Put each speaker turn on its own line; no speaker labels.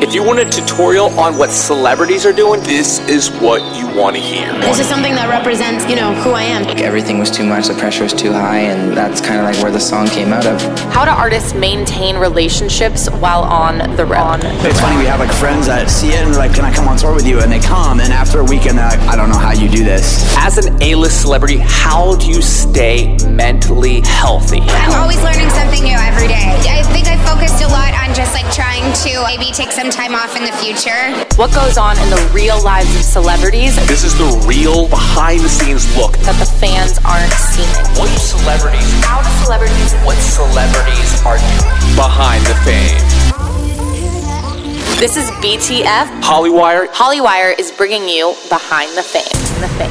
If you want a tutorial on what celebrities are doing, this is what you want to hear.
This is something that represents, you know, who I am.
Everything was too much, the pressure was too high, and that's kind of like where the song came out of.
How do artists maintain relationships while on the road?
It's funny, we have like friends that see it and they're like, can I come on tour with you? And they come, and after a weekend, they're like, I don't know how you do this.
As an A-list celebrity, how do you stay mentally healthy?
I'm always learning something new every day. I think I focused a lot on just like trying to maybe take some time off in the future.
What goes on in the real lives of celebrities
This is the real behind-the-scenes look.
that the fans aren't seeing?
What do celebrities,
How do celebrities
what celebrities are doing behind the fame?
This is BTF.
Hollywire
Hollywire is bringing you behind the fame. The fame.